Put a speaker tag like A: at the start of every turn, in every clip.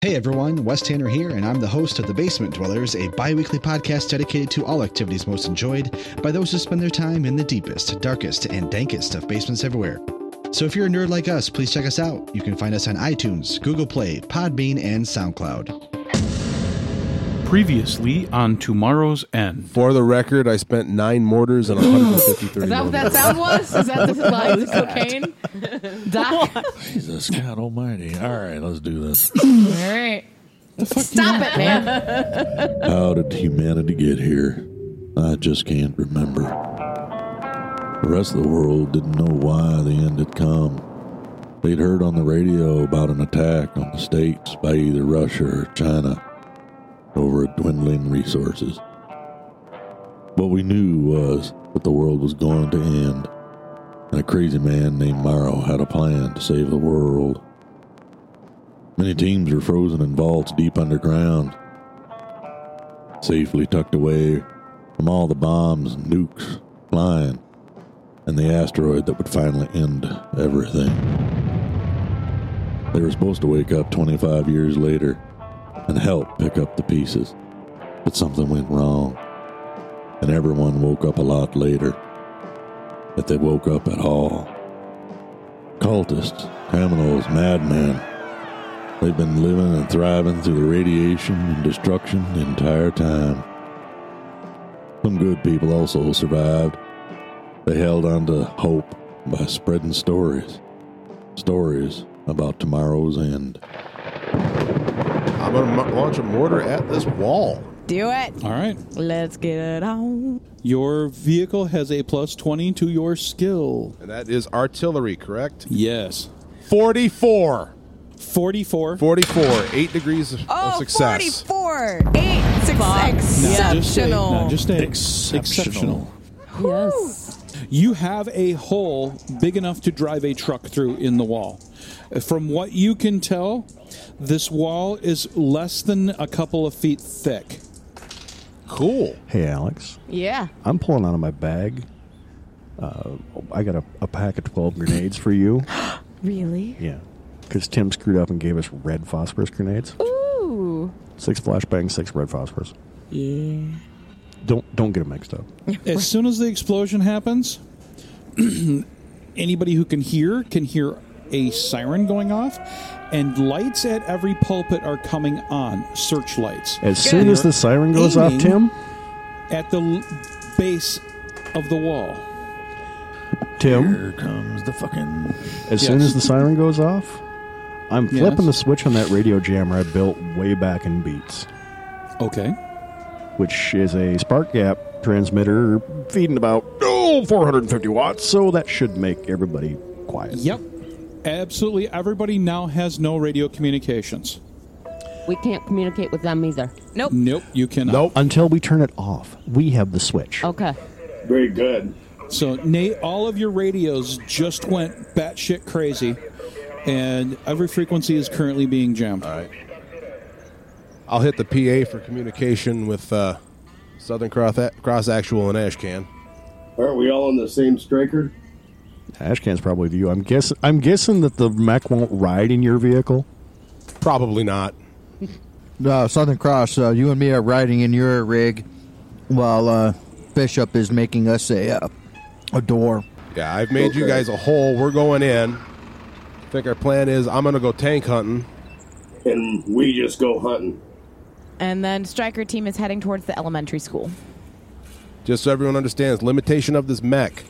A: Hey everyone, Wes Tanner here, and I'm the host of The Basement Dwellers, a bi weekly podcast dedicated to all activities most enjoyed by those who spend their time in the deepest, darkest, and dankest of basements everywhere. So if you're a nerd like us, please check us out. You can find us on iTunes, Google Play, Podbean, and SoundCloud.
B: Previously on Tomorrow's End.
C: For the record, I spent nine mortars and 153
D: Is that what that
C: mortars.
D: sound was? Is that the, like, the cocaine? Doc? All
E: Jesus, God Almighty! All right, let's do this.
D: right. Stop it, man.
E: How did humanity get here? I just can't remember. The rest of the world didn't know why the end had come. They'd heard on the radio about an attack on the states by either Russia or China over dwindling resources. What we knew was that the world was going to end, and a crazy man named Morrow had a plan to save the world. Many teams were frozen in vaults deep underground, safely tucked away from all the bombs and nukes flying and the asteroid that would finally end everything. They were supposed to wake up 25 years later and help pick up the pieces, but something went wrong, and everyone woke up a lot later. If they woke up at all. Cultists, criminals, madmen, They've been living and thriving through the radiation and destruction the entire time. Some good people also survived. They held on to hope by spreading stories. Stories about tomorrow's end.
C: I'm going to launch a mortar at this wall.
D: Do it.
B: All right.
D: Let's get it on.
B: Your vehicle has a plus 20 to your skill.
C: And that is artillery, correct?
B: Yes.
C: 44.
B: 44.
C: 44. Eight degrees of, of
D: Oh,
C: success.
D: 44. Eight. Six,
B: Now, just say-
D: exceptional.
B: now, just say exceptional.
F: Yes.
B: You have a hole big enough to drive a truck through in the wall. From what you can tell, this wall is less than a couple of feet thick.
C: Cool.
G: Hey, Alex.
D: yeah.
G: I'm pulling out of my bag. Uh, I got a, a pack of 12 grenades for you.
F: Really?
G: Yeah. Because Tim screwed up and gave us red phosphorus grenades.
F: Ooh.
G: Six flashbangs, six red phosphorus.
F: Yeah.
G: Don't don't get them mixed up.
B: As soon as the explosion happens, anybody who can hear can hear a siren going off, and lights at every pulpit are coming on, searchlights.
G: As soon as the siren goes off,
B: Aiming.
G: Tim,
B: At the l- base of the wall.
G: Tim,
E: Here comes the fucking.
G: as soon
B: Yes.
G: as the siren goes off, I'm
B: Yes.
G: flipping the switch on that radio jammer I built way back in Beats,
B: Okay.
G: which is a spark gap transmitter feeding about oh 450 watts, so that should make everybody quiet.
B: Yep. Absolutely. Everybody now has no radio communications.
F: We can't communicate with them either.
D: Nope.
B: Nope, you cannot.
G: Nope. Until we turn it off, we have the switch.
B: Oh.
F: Okay.
H: Very good.
B: So, Nate, all of your radios just went batshit crazy, and every frequency is currently being jammed.
C: I'll hit the PA for communication with uh, Southern Cross, Cross Actual and Ashcan.
H: Aren't we all on the same striker?
G: Ashcan's probably the you. I'm guess I'm guessing that the mech won't ride in your vehicle.
C: Probably not.
I: Uh, Southern Cross, uh, you and me are riding in your rig while uh, Bishop is making us a, uh, a door.
C: Yeah, I've made you
H: Okay.
C: guys a hole. We're going in. I think our plan is I'm going to go tank hunting.
H: And we just go hunting.
D: And then striker team is heading towards the elementary school.
C: Just so everyone understands, limitation of this mech.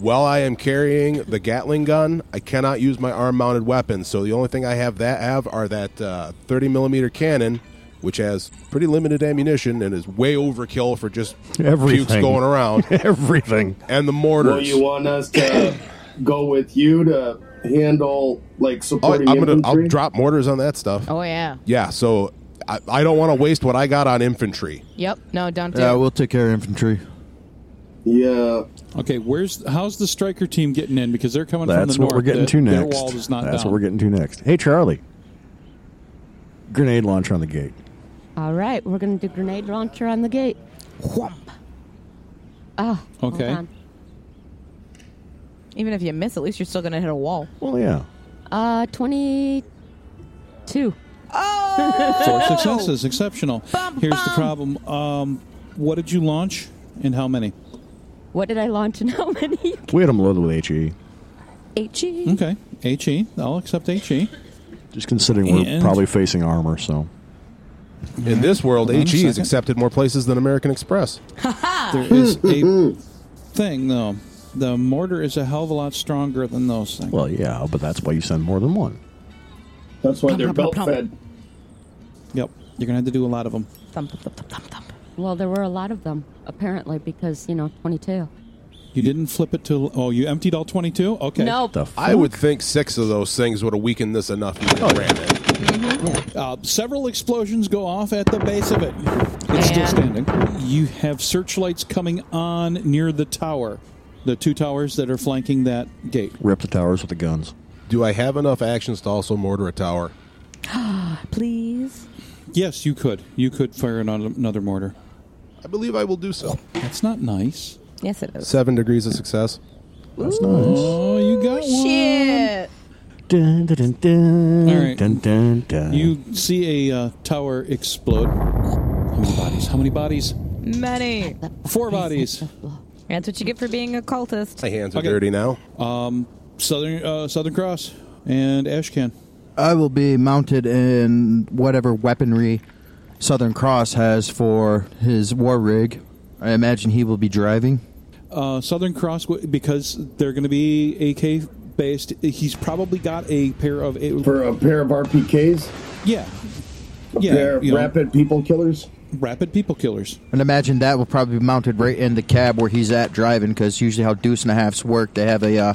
C: While I am carrying the Gatling gun, I cannot use my arm-mounted weapons. So the only thing I have that have are that uh, 30 millimeter cannon, which has pretty limited ammunition and is way overkill for just pukes
G: Everything.
C: going around,
G: Everything.
C: and the mortars.
H: Well, you want us to go with you to handle like
C: Oh,
H: supporting
C: I'm gonna,
H: infantry?
C: I'll drop mortars on that stuff.
D: Oh, yeah.
C: Yeah, so I, I don't want to waste what I got on infantry.
D: Yep. No, don't do
I: Yeah,
D: it.
I: Uh, we'll take care of infantry.
H: Yeah.
B: Okay, where's how's the striker team getting in? Because they're coming from the
G: That's what
B: north.
G: we're getting
B: The-
G: to
B: their
G: next.
B: wall is not
G: That's
B: down.
G: what we're getting to next. Hey Charlie. Grenade launcher on the gate.
F: All right. We're going to do grenade launcher on the gate. Whomp. Ah. hold
B: Okay.
F: on.
D: Even if you miss, at least you're still going to hit a wall.
G: Well yeah.
F: Uh, 22.
D: Oh,
B: Four successes, exceptional. Here's the problem. Um, what did you launch, and how many?
F: What did I launch and how many?
G: We had him loaded with E, HE.
D: E?
F: HE.
B: Okay, HE. I'll accept E. HE.
G: Just considering we're
B: And-
G: probably facing armor, so
C: In this world,
B: Hold on a
C: HE is
B: second.
C: accepted more places than American Express.
B: There is a thing though. The mortar is a hell of a lot stronger than those things.
G: well, yeah, but that's why you send more than one.
H: That's why they're belt fed.
B: Yep, you're gonna have to do a lot of them.
D: Thump, thump, thump, thump, thump.
F: Well, there were a lot of them, apparently, because, you know, 22.
B: You didn't flip it to. Oh, you emptied all 22. Okay.
F: No.
G: The fuck?
C: I would think six of those things would have weakened this enough. You
B: Oh,
C: would've ran it.
B: Uh, several explosions go off at the base of it. It's still
D: And-
B: standing. You have searchlights coming on near the tower, the two towers that are flanking that gate.
G: Rip the towers with the guns.
C: Do I have enough actions to also mortar a tower?
F: Please.
B: Yes, you could. You could fire an- another mortar.
C: I believe I will do so.
B: That's not nice.
D: Yes, it is.
C: Seven degrees of success.
G: That's nice.
B: Oh, you got one.
D: Shit.
G: Dun, dun, dun, dun,
B: All right.
G: dun, dun, dun.
B: You see a uh, tower explode. How many bodies? How many bodies?
D: Many.
B: Four bodies.
D: That's what you get for being a cultist.
C: My hands are
B: Okay.
C: dirty now.
B: Southern uh, Southern Cross and Ashcan.
I: I will be mounted in whatever weaponry Southern Cross has for his war rig. I imagine he will be driving.
B: Uh, Southern Cross w- because they're going to be AK based. He's probably got a pair of a-
H: For a pair of RPKs,
B: yeah, yeah,
H: they're
B: you know,
H: rapid people killers.
B: rapid people killers.
I: And imagine that will probably be mounted right in the cab where he's at driving, because usually how Deuce and a Half's work, they have a uh,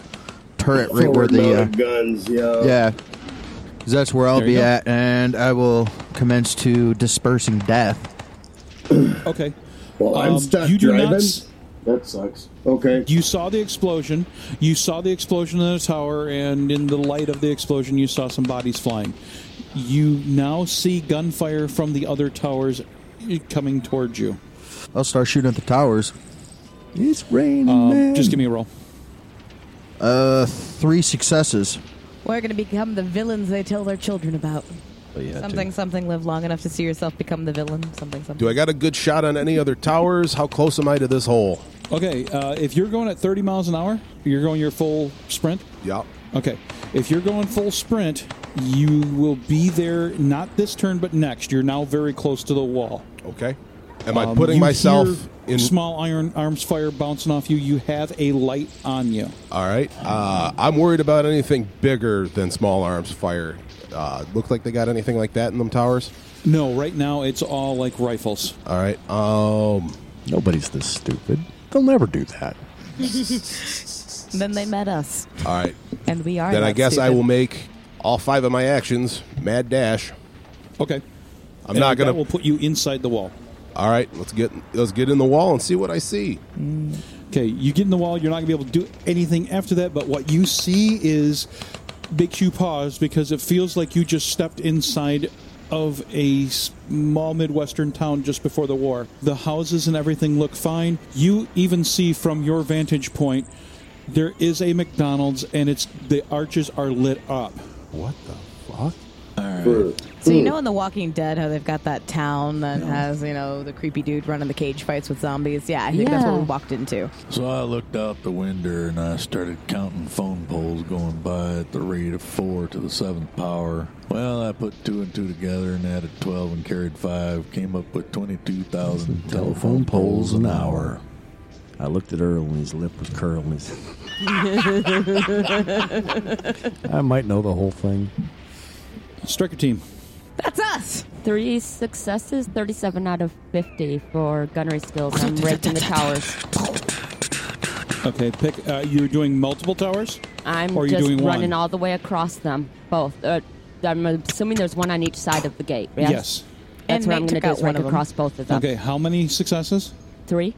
I: turret right where
H: Forward
I: the. Uh,
H: mounted guns, yeah.
I: yeah. 'Cause that's where I'll
B: Oh. There you
I: be
B: go.
I: at, and I will commence to dispersing death.
B: Okay,
H: Well, I'm
B: Um,
H: stuck
B: you do not
H: driving.
B: s-
H: That sucks. Okay.
B: you saw the explosion. You saw the explosion in the tower, and in the light of the explosion, you saw some bodies flying. You now see gunfire from the other towers eh, coming towards you.
I: I'll start shooting at the towers.
G: It's raining,
B: Um,
G: man.
B: just give me a roll.
I: Uh, three successes.
D: We're going to become the villains they tell their children about.
C: Oh,
D: something, something, live long enough to see yourself become the villain. Something, something.
C: Do I got a good shot on any other towers? How close am I to this hole?
B: Okay, uh, if you're going at 30 miles an hour, you're going your full sprint.
C: Yup.
B: Okay. If you're going full sprint, you will be there not this turn but next. You're now very close to the wall.
C: Okay. Am I
B: Um,
C: putting
B: you
C: myself
B: hear
C: in?
B: small iron arms fire bouncing off you. You have a light on you.
C: All right. Uh, I'm worried about anything bigger than small arms fire. Uh, look like they got anything like that in them towers.
B: No, right now it's all like rifles.
C: All right. Um,
G: Nobody's this stupid. They'll never do that.
D: then they met us,
C: all right.
D: and we are.
C: Then
D: that
C: I guess I
D: stupid.
C: will make all five of my actions mad dash.
B: Okay.
C: I'm not gonna.
B: That will put you inside the wall.
C: All right. Let's get let's get in the wall and see what I see.
B: Okay, you get in the wall. You're not gonna be able to do anything after that. But what you see is makes you pause because it feels like you just stepped inside of a small midwestern town just before the war. The houses and everything look fine. You even see from your vantage point there is a McDonald's and it's the arches are lit up.
C: What the fuck?
D: So you know in The Walking Dead how they've got that town that has you know the creepy dude running the cage fights with zombies. Yeah, I think that's what
F: Yeah.
D: we walked into.
E: So I looked out the window and I started counting phone poles going by at the rate of four to the seventh power. Well, I put two and two together and added 12 and carried five, came up with 22,000 telephone poles an hour.
G: I looked at Earl and his lip was curling. I might know the whole thing.
B: Striker team.
D: That's us.
F: Three successes, 37 out of 50 for gunnery skills. I'm raking the towers.
B: Okay, pick. Uh, you're doing multiple towers.
F: I'm
B: Or are you
F: just
B: doing one?
F: running all the way across them, both. Uh, I'm assuming there's one on each side of the gate. Yes.
B: Yes.
D: And
F: That's
D: Nate
F: what I'm going to
D: took
F: do
D: out
F: is
D: one
F: rake
D: of 'em.
F: across both of them.
B: Okay, how many successes?
F: Three.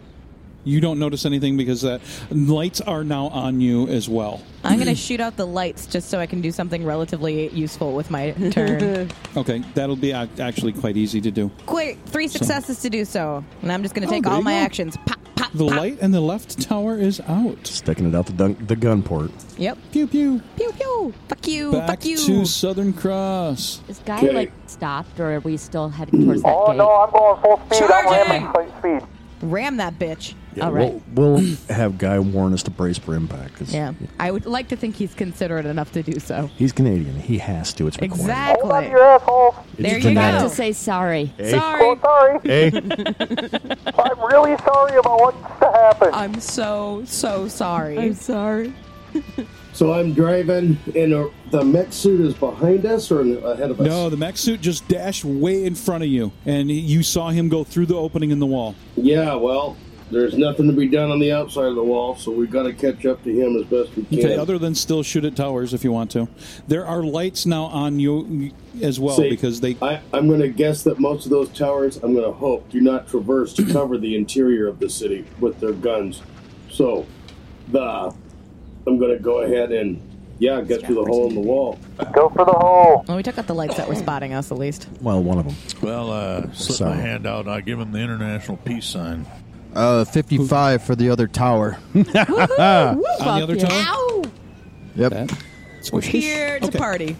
B: You don't notice anything because that lights are now on you as well.
D: I'm gonna shoot out the lights just so I can do something relatively useful with my turn.
B: Okay, that'll be ac- actually quite easy to do.
D: Quick, three successes to do so, and I'm just gonna
B: Oh,
D: take
B: there
D: all
B: you
D: my
B: go.
D: actions. Pop, pop,
B: The light in the left tower is out.
G: Sticking it out the, dun- the gun port.
D: Yep.
B: Pew pew.
D: Pew pew. Fuck you.
B: Back
D: fuck you.
B: to Southern Cross.
F: Is guy
H: Okay.
F: like stopped, or are we still heading towards that
J: Oh
F: gate?
J: no, I'm going full speed. I'm
D: Charging!
J: ramming full speed.
D: Ram that bitch.
F: All right.
G: We'll, we'll have Guy warn us to brace for impact. 'cause
D: Yeah. I would like to think he's considerate enough to do so.
G: He's Canadian. He has to. It's recorded.
J: Hold up,
D: Exactly.
J: your asshole.
D: There you
F: Forgot
D: go.
F: to say sorry.
D: Sorry.
J: Oh, sorry.
G: Hey,
J: I'm really sorry about what's to happen.
D: I'm so, so sorry.
F: sorry.
H: So I'm driving, and uh, the mech suit is behind us or in- ahead of us?
B: No, the mech suit just dashed way in front of you, and you saw him go through the opening in the wall.
H: Yeah, well, there's nothing to be done on the outside of the wall, so we've got to catch up to him as best we can.
B: Okay, other than still shoot at towers if you want to. There are lights now on you as well
H: See,
B: because they.
H: I, I'm going to guess that most of those towers, I'm going to hope, do not traverse to cover the interior of the city with their guns. So, the I'm going to go ahead and yeah, get through the hole in the wall.
J: Go for the hole.
D: Well, we took out the lights that were spotting us, at least.
G: well, one of them.
K: Well, uh, slip
G: So-
K: my hand out. and I give him the international peace sign.
I: Uh, 55 for the other tower.
B: Uh, on the other
F: yeah.
B: tower?
D: Ow!
I: Yep.
D: We're here to party.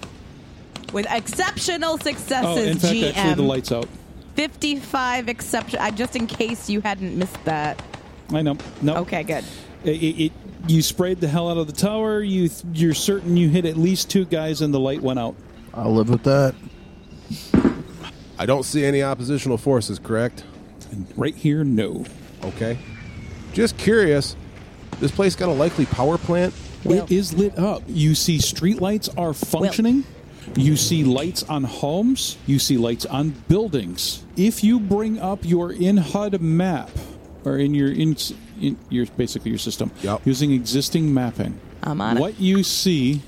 D: With exceptional
B: Oh, in
D: successes,
B: fact, actually, the
D: GM.
B: light's out.
D: 55 exception. I just in case you hadn't missed that.
B: I know. No.
D: Okay, good.
B: It, it, it- you sprayed the hell out of the tower. You th- you're certain you hit at least two guys, and the light went out.
I: I'll live with that.
C: I don't see any oppositional forces, correct?
B: Right here, no.
C: Okay. Just curious. This place got a likely power plant.
D: Well-
B: It is lit up. You see streetlights are functioning. You see lights on homes. You see lights on buildings. If you bring up your in HUD map, or in your in, in your basically your system,
C: Yep.
B: using existing mapping,
D: I'm on it.
B: what you see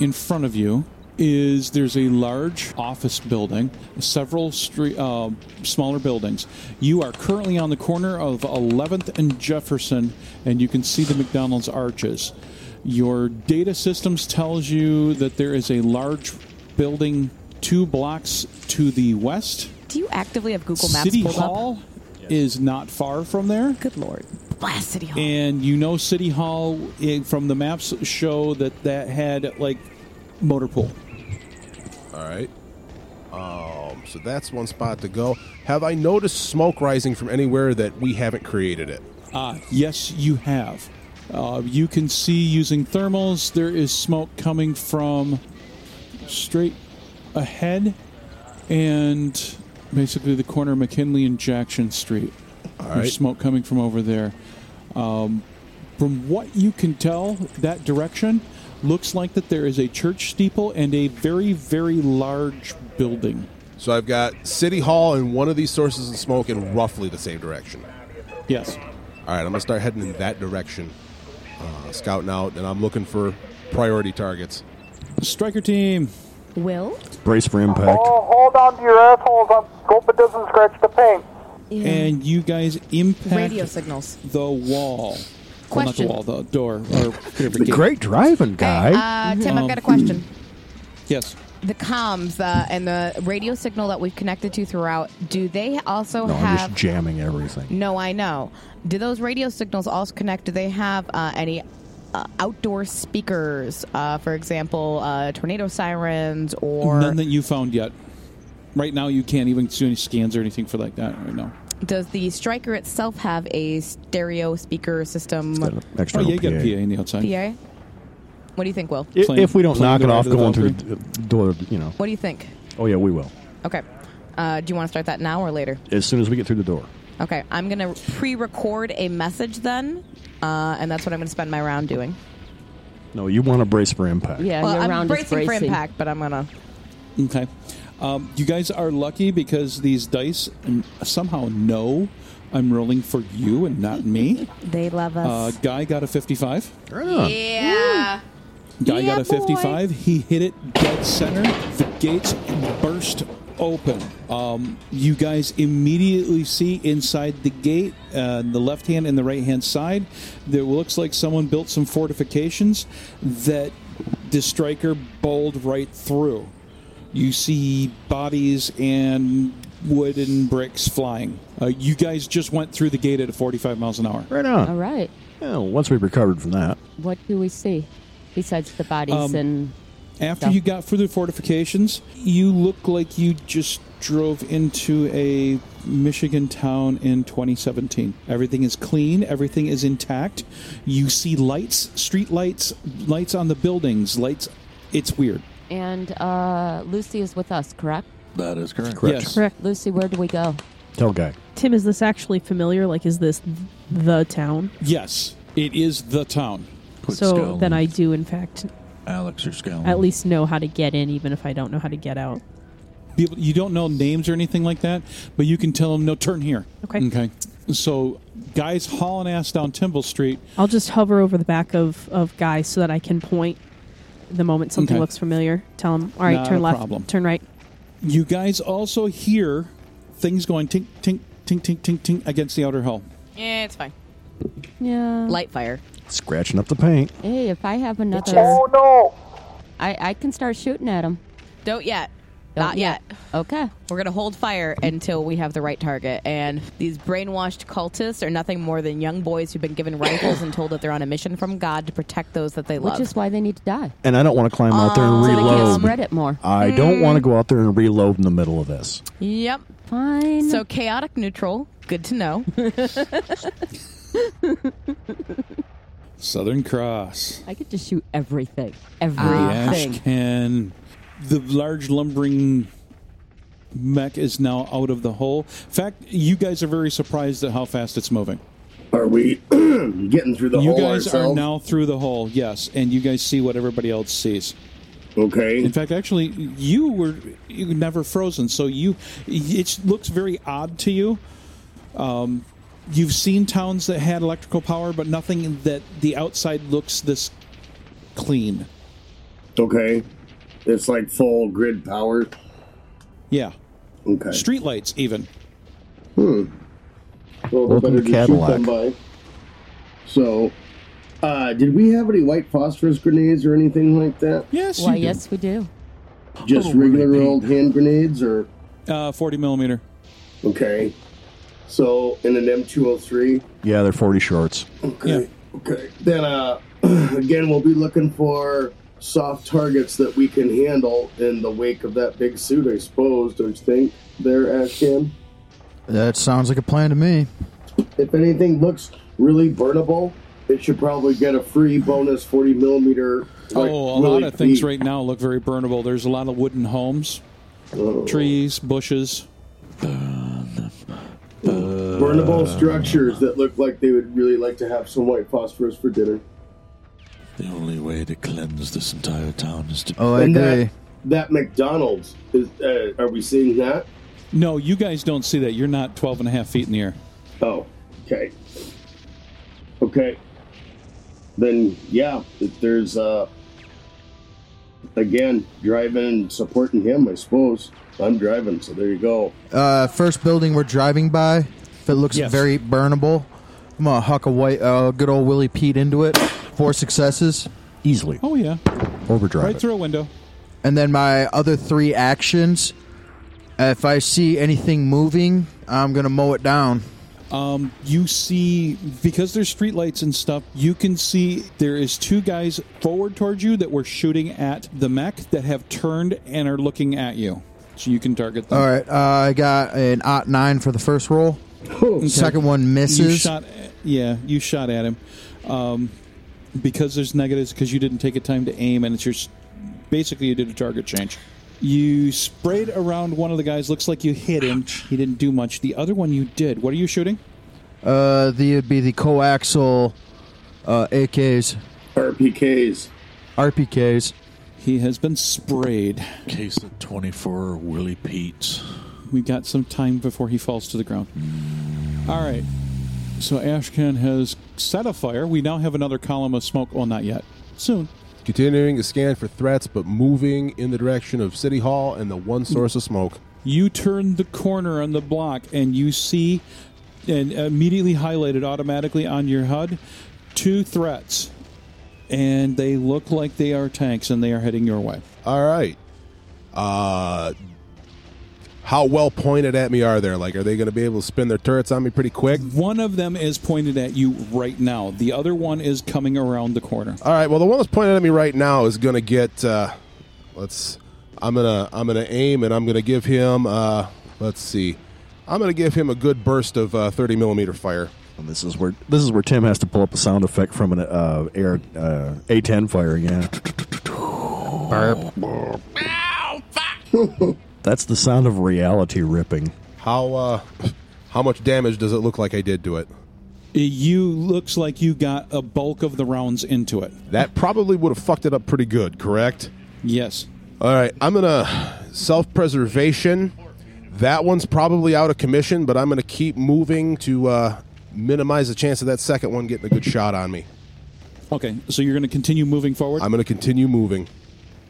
B: in front of you is there's a large office building, several stre uh, smaller buildings. You are currently on the corner of 11th and Jefferson, and you can see the McDonald's arches. Your data systems tells you that there is a large building two blocks to the west.
D: Do you actively have Google Maps
B: City
D: pulled up?
B: Hall is not far from there.
D: Good lord. Blast City Hall.
B: And you know, City Hall eh, from the maps show that that had like motor pool.
C: All right. Um, so that's one spot to go. Have I noticed smoke rising from anywhere that we haven't created it?
B: Ah, yes, you have. Uh, you can see using thermals, there is smoke coming from straight ahead and basically the corner of McKinley and Jackson Street. There's
C: right.
B: smoke coming from over there. Um, from what you can tell, that direction looks like that there is a church steeple and a very, very large building.
C: So I've got City Hall and one of these sources of smoke in roughly the same direction.
B: Yes.
C: All right, I'm gonna start heading in that direction, uh, scouting out, and I'm looking for priority targets.
B: Striker team.
F: Will?
G: Brace for impact.
D: uh,
J: Oh, hold on to your assholes. I'm hope it doesn't scratch the paint.
B: And you guys impact
D: Radio signals.
B: the wall. Well, not the
F: Question.
B: wall, the door. Or whatever gate.
G: Great driving,
D: Okay,
G: Guy.
D: uh, Tim,
B: Um,
D: I've got a question.
B: Yes.
D: The comms uh, and the radio signal that we've connected to throughout, do they also
G: no, I'm
D: have.
G: just jamming everything.
D: No, I know. Do those radio signals also connect? Do they have uh, any uh, outdoor speakers? Uh, for example, uh, tornado sirens or
B: None that you found yet. Right now, you can't even do any scans or anything for like that right now.
D: does the striker itself have a stereo speaker system?
G: Got an
B: Oh,
G: External
B: yeah, you got a
G: PA.
B: PA in the outside.
D: PA? What do you think, Will?
G: I-
B: Playing-
G: if we don't
B: playing
G: knock
B: the
G: it
B: ride
G: off
B: of the
G: going through
B: Valkyrie.
G: the d- door, you know.
D: What do you think?
G: Oh, yeah, we will.
D: Okay. Uh, do you want to start that now or later?
G: As soon as we get through the door.
D: Okay, I'm going to pre-record a message then, uh, and that's what I'm going to spend my round doing.
G: No, you want to brace for impact.
F: Yeah,
D: well,
F: your
D: I'm
F: round is
D: bracing,
F: bracing.
D: for impact, but I'm going to.
B: Okay. Um, you guys are lucky because these dice n- somehow know I'm rolling for you and not me.
D: They love
B: Uh,
D: us.
B: Guy got a 55.
D: yeah.
B: Guy
D: Yeah,
B: got a
D: boy.
B: 55. He hit it dead center. The gates burst open. Um, you guys immediately see inside the gate, uh, the left hand and the right hand side, there looks like someone built some fortifications that the striker bowled right through. You see bodies and wood and bricks flying. Uh, you guys just went through the gate at 45 miles an hour.
G: Right on.
F: All right.
G: Yeah, once we recovered from that.
F: What do we see besides the bodies
B: Um,
F: and
B: After
F: stuff?
B: you got through the fortifications, you look like you just drove into a Michigan town in 2017. Everything is clean, everything is intact. You see lights, street lights, lights on the buildings, lights. It's weird.
F: and uh, Lucy is with us, correct?
K: That is correct.
B: Correct. Yes.
L: Correct.
F: Lucy, where do we go?
G: Tell guy.
L: Tim, is this actually familiar? Like, is this the town?
B: Yes, it is the town.
L: so then I do, in fact,
K: Alex or Scallon.
L: at least know how to get in, even if I don't know how to get out.
B: People, you don't know names or anything like that, but you can tell them, no, turn here.
L: Okay.
B: Okay. So, guys hauling ass down Temple Street.
L: I'll just hover over the back of, of Guy so that I can point the moment something
B: Okay.
L: looks familiar. Tell him, all right,
B: Not
L: turn
B: a
L: left,
B: problem.
L: turn right.
B: You guys also hear things going tink, tink, tink, tink, tink, tink against the outer hull.
D: Yeah, it's fine.
F: Yeah.
D: Light fire.
G: Scratching up the paint.
F: Hey, if I have another.
D: Oh,
J: no!
F: I, I can start shooting at him.
D: Don't yet.
F: Don't
D: Not yet.
F: Okay.
D: We're gonna hold fire until we have the right target. And these brainwashed cultists are nothing more than young boys who've been given rifles and told that they're on a mission from God to protect those that they love.
F: Which is why they need to die.
G: And I don't want to climb out there and
F: So they can't Hmm.
G: reload.
F: spread it more.
G: I don't want to go out there and reload in the middle of this.
D: Yep.
F: Fine.
D: So chaotic neutral. Good to know.
B: Southern Cross.
F: I could just shoot everything.
B: The
D: Ah.
F: Everything.
B: ash can. The large lumbering mech is now out of the hole. In fact, you guys are very surprised at how fast it's moving.
H: Are we getting through the
B: you
H: hole
B: guys
H: ourselves?
B: are now through the hole yes and you guys see what everybody else sees
H: okay
B: in fact actually you were you were never frozen so you it looks very odd to you um, you've seen towns that had electrical power but nothing that the outside looks this clean
H: Okay. It's like full grid power.
B: yeah
H: Okay.
B: streetlights even
H: Hmm. Well,
B: Welcome
H: better
B: to
H: just shoot
B: Cadillac.
H: them by. So, uh, did we have any white phosphorus grenades or anything like that?
B: Yes.
F: Why, yes, we do.
H: Just regular old hand grenades or?
B: Uh, 40 millimeter.
H: Okay. So, in an M203.
G: Yeah, they're 40 shorts.
H: Okay. Okay. Then, uh, again, we'll be looking for soft targets that we can handle in the wake of that big suit, I suppose, don't you think, there, Ashcan?
I: That sounds like a plan to me.
H: If anything looks really burnable, it should probably get a free bonus 40 millimeter.
B: oh
H: like,
B: a
H: really
B: lot of things
H: deep.
B: right now look very burnable there's a lot of wooden homes
H: Oh.
B: trees bushes
H: Burnable structures that look like they would really like to have some white phosphorus for dinner.
K: The only way to cleanse this entire town is to.
C: Oh.
I: Oh,
H: And that- That, McDonald's, is, uh, are we seeing that?
B: No, you guys don't see that. You're not 12 and a half feet in the air.
H: Oh, okay. Okay. Then, yeah, if there's, uh, again, driving and supporting him, I suppose. I'm driving, so there you go.
I: Uh, first building we're driving by, if it looks
H: Yes.
I: very burnable, I'm gonna huck a white, uh, good old Willie Pete into it. Four successes,
G: easily.
B: Oh yeah,
G: Overdrive.
B: right through a window.
I: And then my other three actions, if I see anything moving, I'm gonna mow it down.
B: Um, you see, because there's streetlights and stuff, you can see there is two guys forward towards you that were shooting at the mech that have turned and are looking at you. So you can target them.
I: All right, uh, I got an ot nine for the first roll.
B: Okay.
I: Second one misses.
B: You shot, yeah, you shot at him. Um, because there's negatives, because you didn't take a time to aim, and it's your s- basically you did a target change. You sprayed around one of the guys. Looks like you hit him. He didn't do much. The other one you did. What are you shooting?
I: Uh, the would be the coaxial uh, AKs,
H: RPKs,
I: RPKs.
B: He has been sprayed.
K: Case of 24 Willie Pete's.
B: We got some time before he falls to the ground. All right. So Ashcan has set a fire. We now have another column of smoke. Well, not yet. Soon.
C: Continuing to scan for threats, but moving in the direction of City Hall and the one source of smoke.
B: You turn the corner on the block and you see, and immediately highlighted automatically on your HUD, two threats. And they look like they are tanks and they are heading your way.
C: All right. Uh, How well pointed at me are there? Like, are they going to be able to spin their turrets on me pretty quick?
B: One of them is pointed at you right now. The other one is coming around the corner.
C: All right. Well, the one that's pointed at me right now is going to get. Uh, let's. I'm gonna. I'm gonna aim, and I'm gonna give him. Uh, let's see. I'm gonna give him a good burst of uh, 30 millimeter fire.
G: And this is where this is where Tim has to pull up a sound effect from an uh, air uh, A10 fire. Yeah. Burp. That's the sound of reality ripping.
C: How uh, how much damage does it look like I did to it?
B: You looks like you got a bulk of the rounds into it.
C: That probably would have fucked it up pretty good, correct?
B: Yes.
C: All right, I'm gonna self preservation. That one's probably out of commission, but I'm gonna keep moving to uh, minimize the chance of that second one getting a good shot on me.
B: Okay, so you're going to continue moving forward.
C: I'm going to continue moving.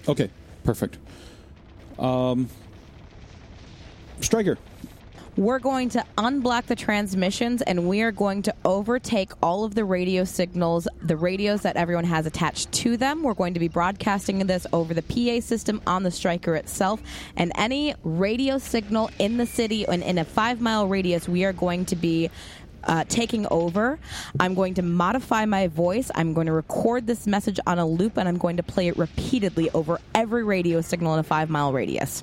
B: Okay, perfect. Um, Striker,
D: We're going to unblock the transmissions and we are going to overtake all of the radio signals, the radios that everyone has attached to them. We're going to be broadcasting this over the PA system on the striker itself. And any radio signal in the city and in a five mile radius, we are going to be. Uh, taking over. I'm going to modify my voice. I'm going to record this message on a loop and I'm going to play it repeatedly over every radio signal in a five mile radius.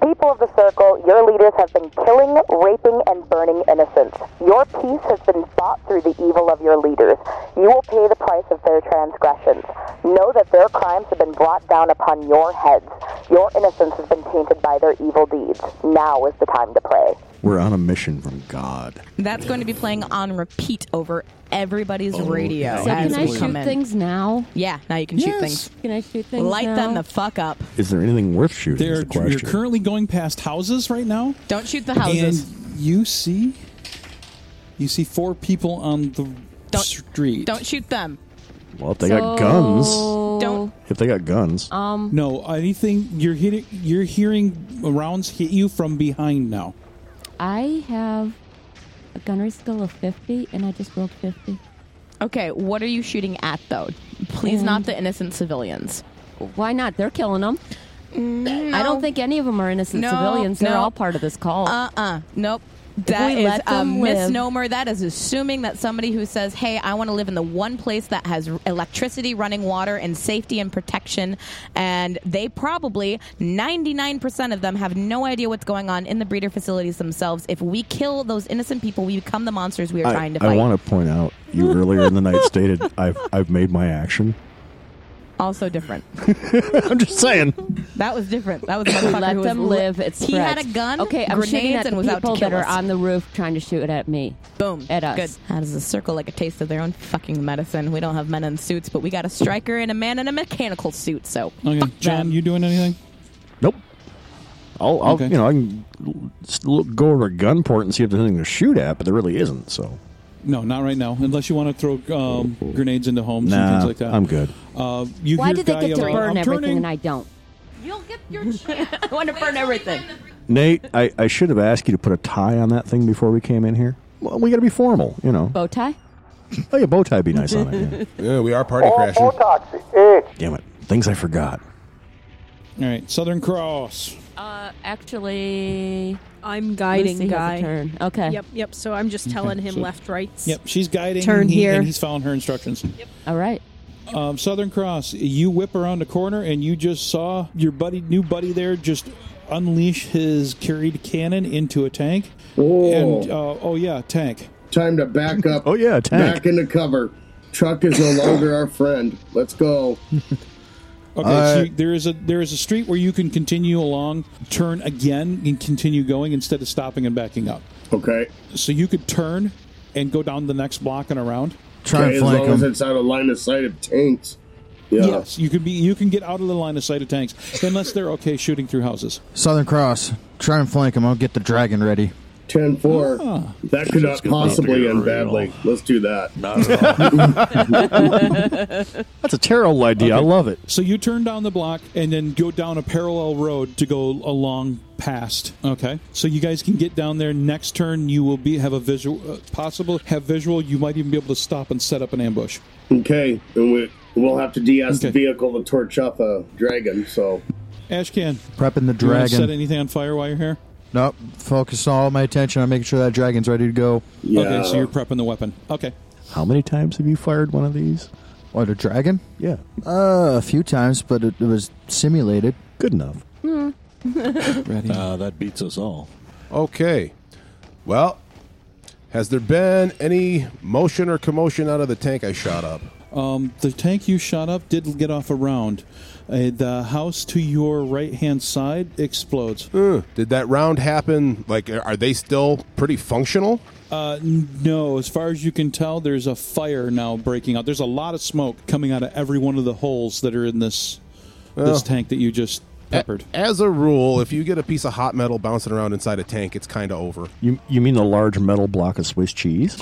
M: People of the Circle, your leaders have been killing, raping, and burning innocents. Your peace has been bought through the evil of your leaders. You will pay the price of their transgressions. Know that their crimes have been brought down upon your heads. Your innocence has been tainted by their evil deeds. Now is the time to pray.
G: We're on a mission from God.
D: That's going to be playing on repeat over everybody's radio.
F: So can
D: as
F: I
D: we
F: shoot
D: come in.
F: things now?
D: Yeah, now you can shoot things.
F: Can I shoot things
D: Light them the
F: now?
D: fuck up.
G: Is there anything worth shooting? is
B: they're
G: the
B: you're
G: question.
B: currently going past houses right now.
D: Don't shoot the houses.
B: And you see, you see four people on the street.
D: Don't shoot them.
G: well, if they got
F: Oh.
G: guns.
D: Don't.
G: If they got guns.
F: Um.
B: No, anything you're hitting, you're hearing rounds hit you from behind now.
F: I have a gunnery skill of 50, and I just rolled 50.
D: Okay, what are you shooting at though? Please,
F: And-
D: not the innocent civilians.
F: Mm.
D: Mm,
F: Why not? They're killing them. I don't think any of them are innocent
D: No,
F: civilians. They're
D: no.
F: all part of this call.
D: Uh uh Nope.
F: If
D: That
F: we
D: is
F: let
D: a
F: them live-
D: misnomer. That is assuming that somebody who says, hey, I want to live in the one place that has r- electricity, running water, and safety and protection, and they probably, 99% of them, have no idea what's going on in the breeder facilities themselves. If we kill those innocent people, we become the monsters we are trying to fight.
G: I want to point out you earlier in the night stated I've I've made my action.
D: also different.
G: I'm just saying.
D: That was different. That was a motherfucker
F: Let
D: who was
F: them
D: li-
F: live. It's
D: he had a
F: threats.
D: gun.
F: Okay, I'm
D: grenades,
F: shooting at
D: and
F: the
D: was out to
F: people that
D: kill
F: are
D: us.
F: on the roof trying to shoot at me.
D: Boom.
F: At us.
D: Good. How does a circle like a taste of their own fucking medicine? We don't have men in suits, but we got a striker and a man in a mechanical suit. So
B: Okay, John, you doing anything?
G: Nope. I'll, I'll
B: Okay.
G: you know I can l- s- look, go over to gunport and see if there's anything to shoot at, but there really isn't. So
B: No, not right now. Unless you want to throw um, grenades into homes and
G: nah,
B: things like that.
G: I'm good.
B: Uh, you
F: Why
B: hear
F: did they
B: guy
F: get to
B: yell out,
F: burn
B: "I'm
F: everything
B: turning."
F: and I don't?
D: you'll get your chance. I want to burn everything.
G: Nate, I, I should have asked you to put a tie on that thing before we came in here. Well, we got to be formal, you know.
F: Bow tie?
G: Oh, yeah, bow tie would be nice on it.
C: Yeah, we are party crashing.
G: Yeah. Damn it, things I forgot.
B: All right, Southern Cross.
F: Uh, actually,
N: I'm guiding
F: Lucy has a
N: guy.
F: turn. Okay.
N: Yep, yep. So I'm just telling him
B: so-
N: left, right.
B: Yep, she's guiding.
N: Turn
B: he-
N: here.
B: and he's following her instructions.
F: All right.
B: Um, Southern Cross, you whip around the corner and you just saw your buddy, new buddy there, just unleash his carried cannon into a tank.
H: Oh.
B: And uh, oh yeah, tank.
H: Time to back up.
G: oh yeah, tank.
H: Back into cover. Chuck is no longer our friend. Let's go.
B: Okay, so you, there is a there is a street where you can continue along, turn again, and continue going instead of stopping and backing up.
H: Okay.
B: So you could turn and go down the next block and around.
H: Okay, as long as it's out of line of sight of tanks. Yeah.
B: Yes, you can be you can get out of the line of sight of tanks unless they're okay shooting through houses.
I: Southern Cross, try and flank him. I'll get the dragon ready.
H: 10 4. That could not
I: Just about to
H: possibly
I: get
H: end
I: real.
H: badly. Let's do that.
G: That's a terrible idea. I love it.
B: So you turn down the block and then go down a parallel road to go along past. Okay. So you guys can get down there. Next turn, you will be have a visual, uh, possible have visual. You might even be able to stop and set up an ambush.
H: Okay. And we, we'll have to de escalate the vehicle to torch up a dragon. So
B: Ashcan,
I: Prepping the
B: do you want to set
I: dragon.
B: anything on fire while you're here?
I: Nope. Focus all my attention on making sure that dragon's ready to go.
B: Okay, so you're prepping the weapon. Okay.
I: How many times have you fired one of these? What, a dragon? Yeah. Uh, a few times, but it, it was simulated. Good enough.
K: Uh, that beats us all.
C: Okay. Well, has there been any motion or commotion out of the tank I shot up?
B: Um, the tank you shot up did get off a round. Uh, the house to your right hand side explodes.
C: Huh. Did that round happen? Like, are they still pretty functional?
B: Uh, n- no, as far as you can tell, there's a fire now breaking out. There's a lot of smoke coming out of every one of the holes that are in this
C: Well.
B: this tank that you just peppered.
C: As a rule, if you get a piece of hot metal bouncing around inside a tank, it's kind of over.
G: You, you mean the large metal block of Swiss cheese?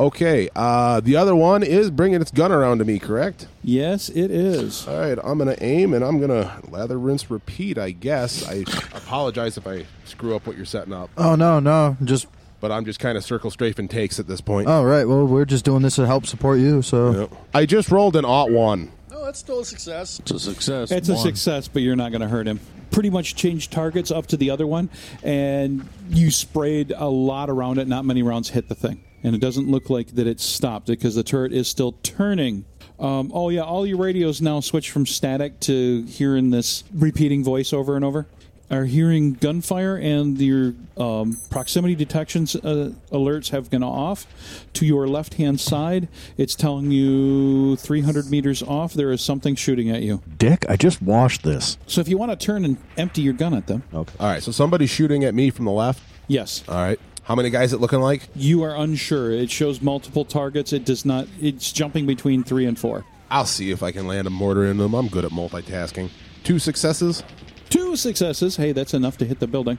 C: Okay, uh, the other one is bringing its gun around to me, correct?
B: Yes, it is.
C: All right, I'm going to aim and I'm going to lather, rinse, repeat, I guess. I apologize if I screw up what you're setting up,
I: Oh, no, no. Just.
C: but I'm just kind of circle strafing takes at this point.
B: Uh,
I: Oh, right. Well, we're just doing this to help support you, so.
C: I just rolled an aught one.
G: No, that's still a success.
K: It's a success.
B: It's a success, but you're not going to hurt him. Pretty much changed targets up to the other one, and you sprayed a lot around it. Not many rounds hit the thing, and it doesn't look like that it's stopped because the turret is still turning. Um, oh yeah, all your radios now switch from static to hearing this repeating voice over and over. Are hearing gunfire and your um, proximity detections uh, alerts have gone off. To your left hand side, it's telling you 300 meters off there is something shooting at you.
G: Dick, I just washed this.
B: So if you want to turn and empty your gun at them,
G: Okay.
C: All right, so somebody's shooting at me from the left.
B: yes,
C: All right. How many guys it looking like?
B: you are unsure. It shows multiple targets. It does not. It's jumping between three and four.
C: I'll see if I can land a mortar in them. I'm good at multitasking. Two successes.
B: Two successes. Hey, that's enough to hit the building.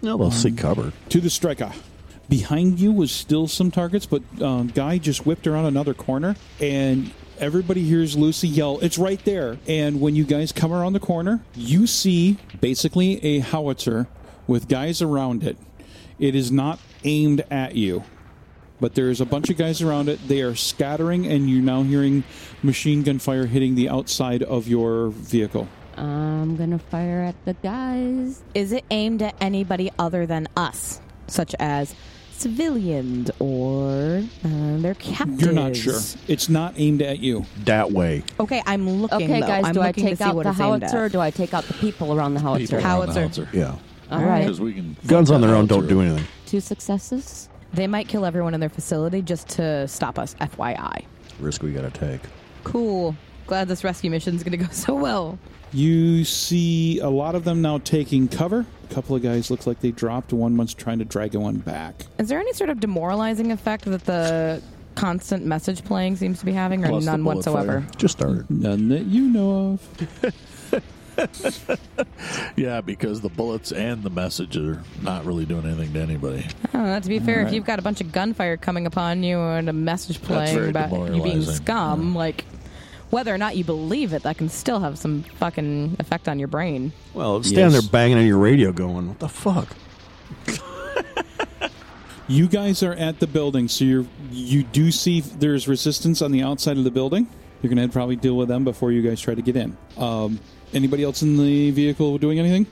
G: No, they'll see cover.
B: To the striker. Behind you was still some targets, but um, guy just whipped around another corner, and everybody hears Lucy yell, "It's right there!" And when you guys come around the corner, you see basically a howitzer with guys around it. It is not aimed at you. but there's a bunch of guys around it. They are scattering, and you're now hearing machine gun fire hitting the outside of your vehicle.
F: I'm gonna fire at the guys.
D: Is it aimed at anybody other than us, such as civilians or uh, their captives?
B: You're not sure. It's not aimed at you.
G: That way.
D: Okay, I'm looking.
F: Okay,
D: though.
F: guys,
D: I'm
F: do I
D: looking to
F: take
D: see
F: out
D: what
F: the
D: it's aimed
F: howitzer or
D: at.
F: do I take out the people around the howitzer?
K: People around the howitzer.
G: Yeah.
F: All right.
K: Because we can
G: Guns on their own don't do anything.
F: Two successes.
D: They might kill everyone in their facility just to stop us. FYI.
G: Risk we gotta take.
D: Cool. Glad this rescue mission's going to go so well.
B: You see a lot of them now taking cover. A couple of guys look like they dropped. One one's trying to drag one back.
D: Is there any sort of demoralizing effect that the constant message playing seems to be having, or
K: Plus the
D: none
K: bullet
D: whatsoever?
K: fire.
G: Just started.
B: None that you know of.
K: Yeah, because the bullets and the message are not really doing anything to anybody.
D: I don't know. To be fair, if
B: Alright.
D: you've got a bunch of gunfire coming upon you and a message
K: very
D: playing about you being
K: demoralizing,
D: scum, like whether or not you believe it, that can still have some fucking effect on your brain.
G: Well, stand
B: Yes.
G: there banging on your radio going, what the fuck?
B: You guys are at the building, so you're you do see there's resistance on the outside of the building. You're gonna probably deal with them before you guys try to get in. Um, anybody else in the vehicle doing anything?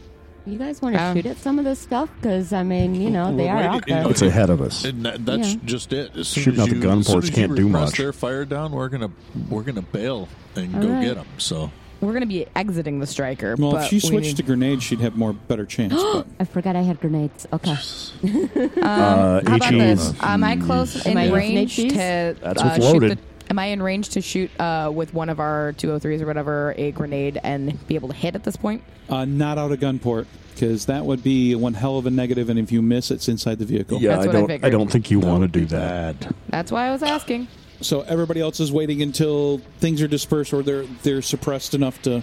F: You guys want to
D: Um,
F: shoot at some of this stuff? Because I mean, you know, they
K: Well,
F: are
K: wait,
F: out
K: you know,
F: there.
G: It's ahead of us.
K: And that, that's
F: Yeah.
K: just it. As soon
G: Shooting
K: as
G: out the
K: you-
G: gun
K: as soon
G: ports
K: as you
G: can't do
K: repress
G: much.
K: Their fire down. We're gonna we're gonna bail and go
F: Alright.
K: get them. So
D: We're gonna be exiting the striker.
B: Well,
D: but
B: if she
D: we
B: switched to
D: need-
B: grenades, she'd have more better chance. but
F: I forgot I had grenades. Okay.
G: Uh,
D: Um, How about
G: HE.
D: this? Am
G: E
D: I close in
F: Am I using
D: range
F: HEs?
D: to
G: That's
D: uh,
G: what's
D: shoot? The,
G: loaded.
D: am I in range to shoot uh, with one of our 203s or whatever a grenade and be able to hit at this point?
B: uh, not out of gun port because that would be one hell of a negative, and if you miss, it's inside the vehicle.
G: Yeah,
D: That's
G: I
D: what I
G: don't. I,
D: figured.
G: don't think you want to do that.
D: That's why I was asking.
B: So everybody else is waiting until things are dispersed or they're they're suppressed enough to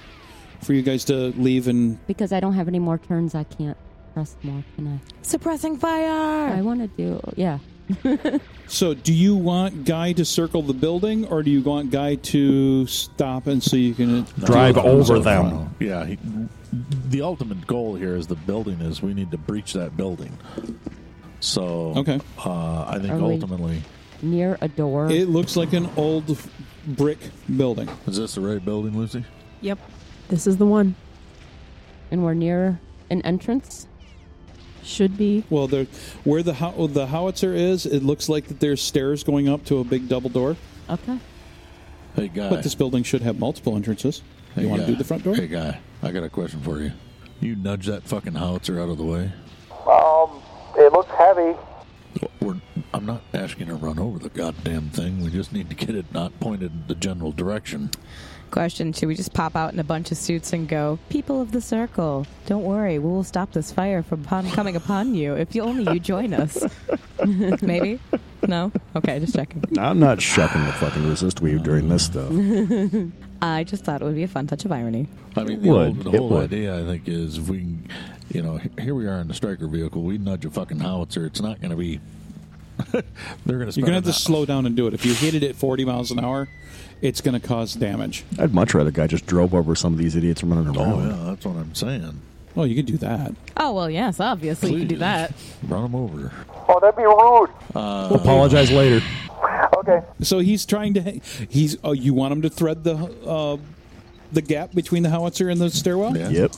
B: for you guys to leave and
F: Because I don't have any more turns, I can't press more. Can
D: Suppressing
F: I? I
D: fire.
F: want to do. Yeah.
B: So, do you want Guy to circle the building, or do you want Guy to stop and so you can
G: Drive over
K: Uh,
G: them.
K: yeah, he, the ultimate goal here is the building. Is we need to breach that building. So
B: Okay.
K: uh, I think
F: Are we-
K: ultimately
F: Near a door.
B: It looks like an old brick building.
K: is this the right building, Lucy?
L: This is the one.
F: and we're near an entrance.
L: Should be.
B: Well, there, where the how, the howitzer is, it looks like that there's stairs going up to a big double door.
L: Okay.
K: Hey, guy.
B: But this building should have multiple entrances. You
K: Hey,
B: want to
K: guy.
B: do the front door?
K: Hey, guy, I got a question for you. You nudge that fucking howitzer out of the way.
J: Um, it looks heavy.
K: We're, I'm not asking to run over the goddamn thing. We just need to get it not pointed in the general direction.
D: Question Should we just pop out in a bunch of suits and go, People of the Circle, don't worry, we will stop this fire from upon- coming upon you if you only you join us? Maybe? No? Okay, just checking.
G: I'm not shucking the fucking resist weave during this stuff.
D: I just thought it would be a fun touch of irony.
K: I mean,
G: It
K: the,
G: would.
K: Whole,
G: It
K: the whole
G: would.
K: idea, I think, is if we, can, you know, h- here we are in the striker vehicle. We nudge a fucking howitzer. It's not going to be. They're going to.
B: You're gonna have to slow down and do it. If you hit it at 40 miles an hour, it's gonna cause damage.
G: I'd much rather guy just drove over some of these idiots running around.
K: Oh yeah, that's what I'm saying.
B: Oh, you could do that.
D: Oh, well, yes, obviously you can do that.
K: Run him over.
J: Oh, that'd be rude.
I: Oh,
K: Uh,
G: Apologize later.
B: So he's trying to. He's. Oh, you want him to thread the uh, the gap between the howitzer and the stairwell?
K: Yeah.
G: Yep.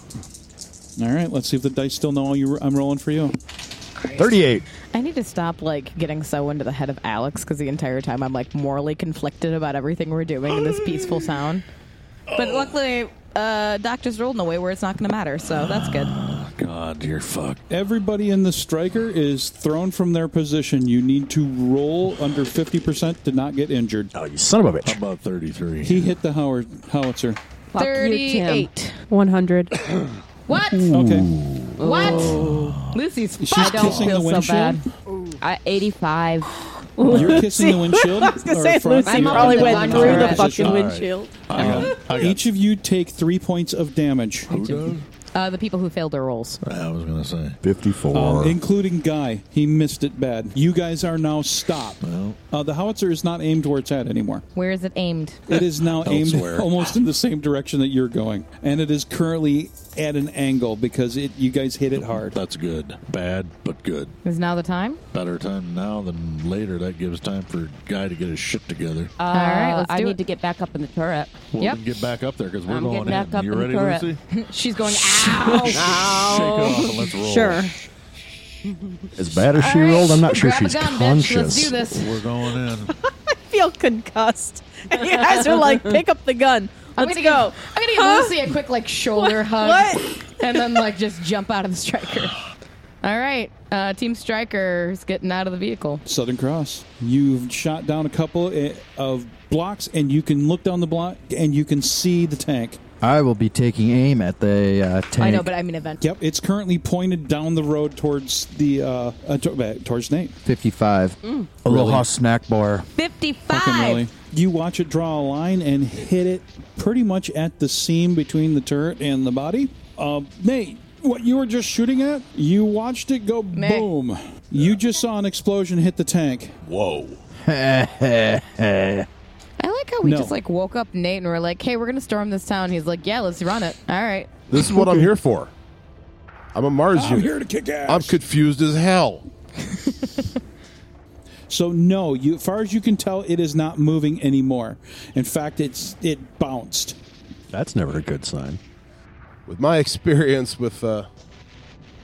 B: All right. Let's see if the dice still know you. I'm rolling for you.
G: Thirty-eight.
D: I need to stop like getting so into the head of Alex because the entire time I'm like morally conflicted about everything we're doing in this peaceful town. But luckily, uh, Doctor's rolled in a way where it's not going to matter, so that's good.
K: God, you're fucked.
B: Everybody in the striker is thrown from their position. You need to roll under 50% to not get injured.
G: Oh, you son of a bitch.
K: How about 33?
B: He hit the Howard, howitzer.
L: Fuck you, Tim.
D: 38.
L: 100.
D: What?
B: Okay.
D: What? Lucy's
B: She's
D: fucked. I don't
B: kissing
D: feel
B: the
D: so
B: windshield?
D: bad. Uh, I, 85.
B: You're kissing the windshield?
L: I was gonna
B: Or
L: say,
B: front
L: Lucy
B: seat?
L: probably
B: I'm
L: went
B: on
L: through the
B: position.
L: fucking
B: All right.
L: windshield.
K: I got-
B: Each of you take three points of damage,
D: Uh, the people who failed their rolls.
K: I was going to say.
G: Fifty-four.
B: um, including Guy. He missed it bad. You guys are now stopped. Uh, the howitzer is not aimed where it's at anymore.
D: Where is it aimed?
B: It is now aimed
K: Elsewhere.
B: almost in the same direction that you're going, and it is currently at an angle because it you guys hit it hard.
K: That's good. Bad, but good.
D: Is now the time?
K: Better time now than later. That gives time for guy to get his shit together.
F: All
D: right, let's
F: I
D: do
F: need
D: it.
F: to get back up in the turret.
K: Well, we can get back up there because we're
F: I'm
K: going
F: getting back
K: in.
F: up
K: you
F: in the
K: ready,
F: turret. Oh.
K: Lucy?
D: She's going, ow!
K: Shake it off and let's roll.
F: Sure.
G: As bad as she rolled, I'm not sure
D: grab a
G: she's
D: gun, bitch.
G: conscious.
D: Let's do this.
K: We're going in.
N: feel concussed. And you guys are like, pick up the gun.
D: I'm
N: Let's
D: gonna
N: go.
D: Give, I'm gonna give
N: Huh?
D: Lucy a quick like shoulder hug,
N: What?
D: and then like just jump out of the striker. All right, uh, Team Striker's getting out of the vehicle.
B: Southern Cross. You've shot down a couple eh, of blocks, and you can look down the block and you can see the tank.
I: I will be taking aim at the uh, tank.
D: I mean event.
B: Yep, it's currently pointed down the road towards the uh, uh to- uh, towards Nate.
I: 55.
F: Mm.
I: Aloha snack bar.
B: Fucking
D: Fifty-five.
B: really. You watch it draw a line and hit it pretty much at the seam between the turret and the body. Uh, Nate, what you were just shooting at, you watched it go
D: Meh.
B: boom. You just saw an explosion hit the tank.
C: Whoa.
D: I like how we
B: No.
D: just like woke up Nate and we're like, "Hey, we're gonna storm this town." He's like, "Yeah, let's run it." All right.
C: This is what I'm here for. I'm a Mars
B: I'm
C: unit.
B: here to kick ass.
C: I'm confused as hell.
B: So no, you, as far as you can tell, it is not moving anymore. In fact, it's it bounced.
G: That's never a good sign.
C: With my experience with uh,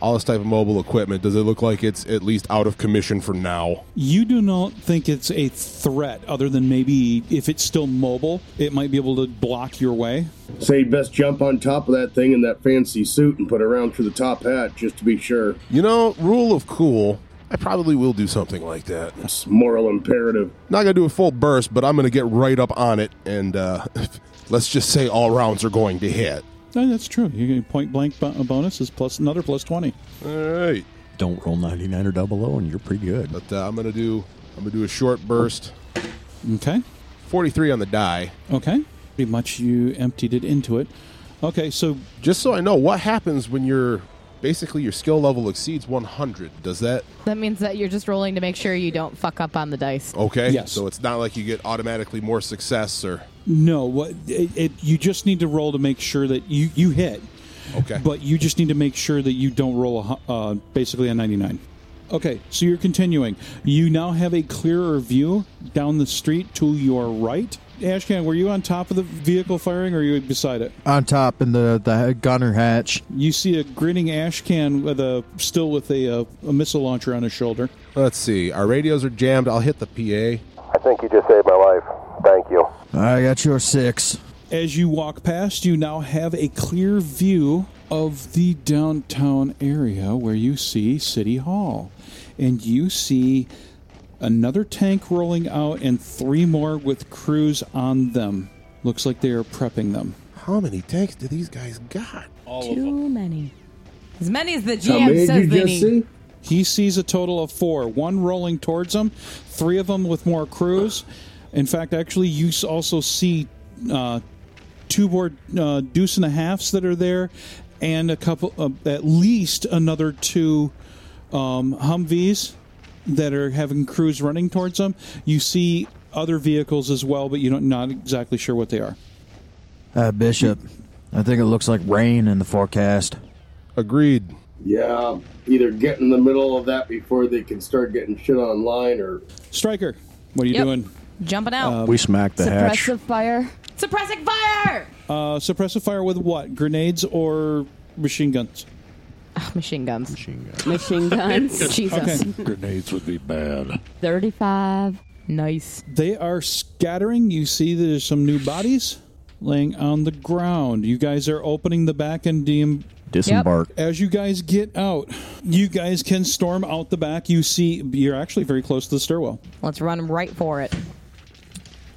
C: all this type of mobile equipment, does it look like it's at least out of commission for now?
B: You do not think it's a threat, other than maybe if it's still mobile, it might be able to block your way.
H: Say you best jump on top of that thing in that fancy suit and put it around through the top hat just to be sure.
C: You know, rule of cool. I probably will do something like that.
H: It's moral imperative.
C: Not gonna do a full burst, but I'm gonna get right up on it, and uh, let's just say all rounds are going to hit.
B: No, that's true. You can point blank bo- bonus is plus another plus twenty.
C: All right,
G: Don't roll 99 or double O, and you're pretty good.
C: but uh, I'm gonna do I'm gonna do a short burst.
B: Okay.
C: 43 on the die.
B: Okay. Pretty much you emptied it into it. Okay, so
C: Just so I know, what happens when your basically your skill level exceeds 100? Does that
D: That means that you're just rolling to make sure you don't fuck up on the dice.
C: okay?
B: Yes.
C: So it's not like you get automatically more success or
B: no, what it, it, you just need to roll to make sure that you you hit,
C: okay.
B: but you just need to make sure that you don't roll a, hu- uh, basically a ninety nine. Okay, so you're continuing. You now have a clearer view down the street to your right. Ashcan, were you on top of the vehicle firing, or you were beside it?
I: on top in the the gunner hatch.
B: You see a grinning Ashcan with a still with a, uh, a missile launcher on his shoulder.
C: Let's see. Our radios are jammed. I'll hit the PA.
J: I think you just saved my life. Thank you.
I: I got your six.
B: As you walk past, you now have a clear view of the downtown area where you see City Hall. And you see another tank rolling out and three more with crews on them. Looks like they are prepping them.
C: How many tanks do these guys got?
D: Too many. As many as the
B: How
D: GM
B: many
D: says
B: you
D: they
B: just
D: need.
B: see? He sees a total of four. One rolling towards him, three of them with more crews. In fact, actually, you s- also see uh, two more uh, deuce and a halfs that are there, and a couple, uh, at least another two um, Humvees that are having crews running towards them. You see other vehicles as well, but you're not exactly sure what they are.
I: Uh, Bishop, I think it looks like rain in the forecast.
C: Agreed.
H: Yeah, either get in the middle of that before they can start getting shit online or.
B: Striker, what are you
H: Yep.
B: doing?
D: Jumping out.
B: Uh,
G: we smacked the hatch.
D: fire. Suppressive fire!
B: Uh, suppressive fire with what? Grenades or machine guns?
D: machine guns.
B: Machine guns.
F: Machine guns. Jesus.
K: Grenades would be bad.
F: 35.
D: Nice.
B: They are scattering. You see there's some new bodies laying on the ground. You guys are opening the back and de-
G: Disembark.
B: As you guys get out, you guys can storm out the back. You see, you're actually very close to the stairwell.
D: Let's run right for it.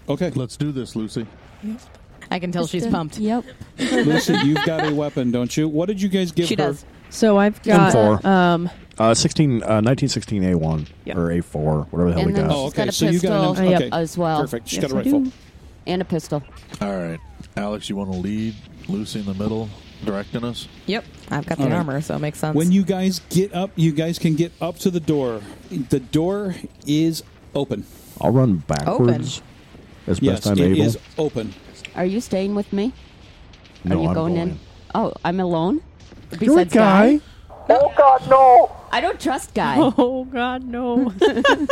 B: Okay.
K: Let's do this, Lucy.
D: I can tell
L: Just
D: she's
L: a-
D: pumped.
L: Yep.
B: Lucy, you've got a weapon, don't you? What did you guys give
D: She
B: her?
D: does.
L: So I've got
G: M4.
L: um
G: uh, 16, uh, 1916A1 or A4, whatever the hell
L: And
G: we
L: then
G: got.
L: she's
B: Oh, okay, got a so you got an- pistol okay,
N: uh, as well.
B: perfect. She's got a rifle.
N: And a pistol.
K: All right, Alex, you want to lead Lucy in the middle, directing us?
D: Yep. I've got the
B: All right.
D: armor, so it makes sense.
B: When you guys get up, you guys can get up to the door. The door is open.
G: I'll run backwards as best
B: yes,
G: I'm
B: it
G: able.
B: is open.
N: Are you staying with me?
G: No,
N: Are you
G: I'm
N: going,
G: going.
N: in? Oh, I'm alone?
G: You're with Guy.
N: Oh, God, no! I don't trust Guy.
L: Oh God, no.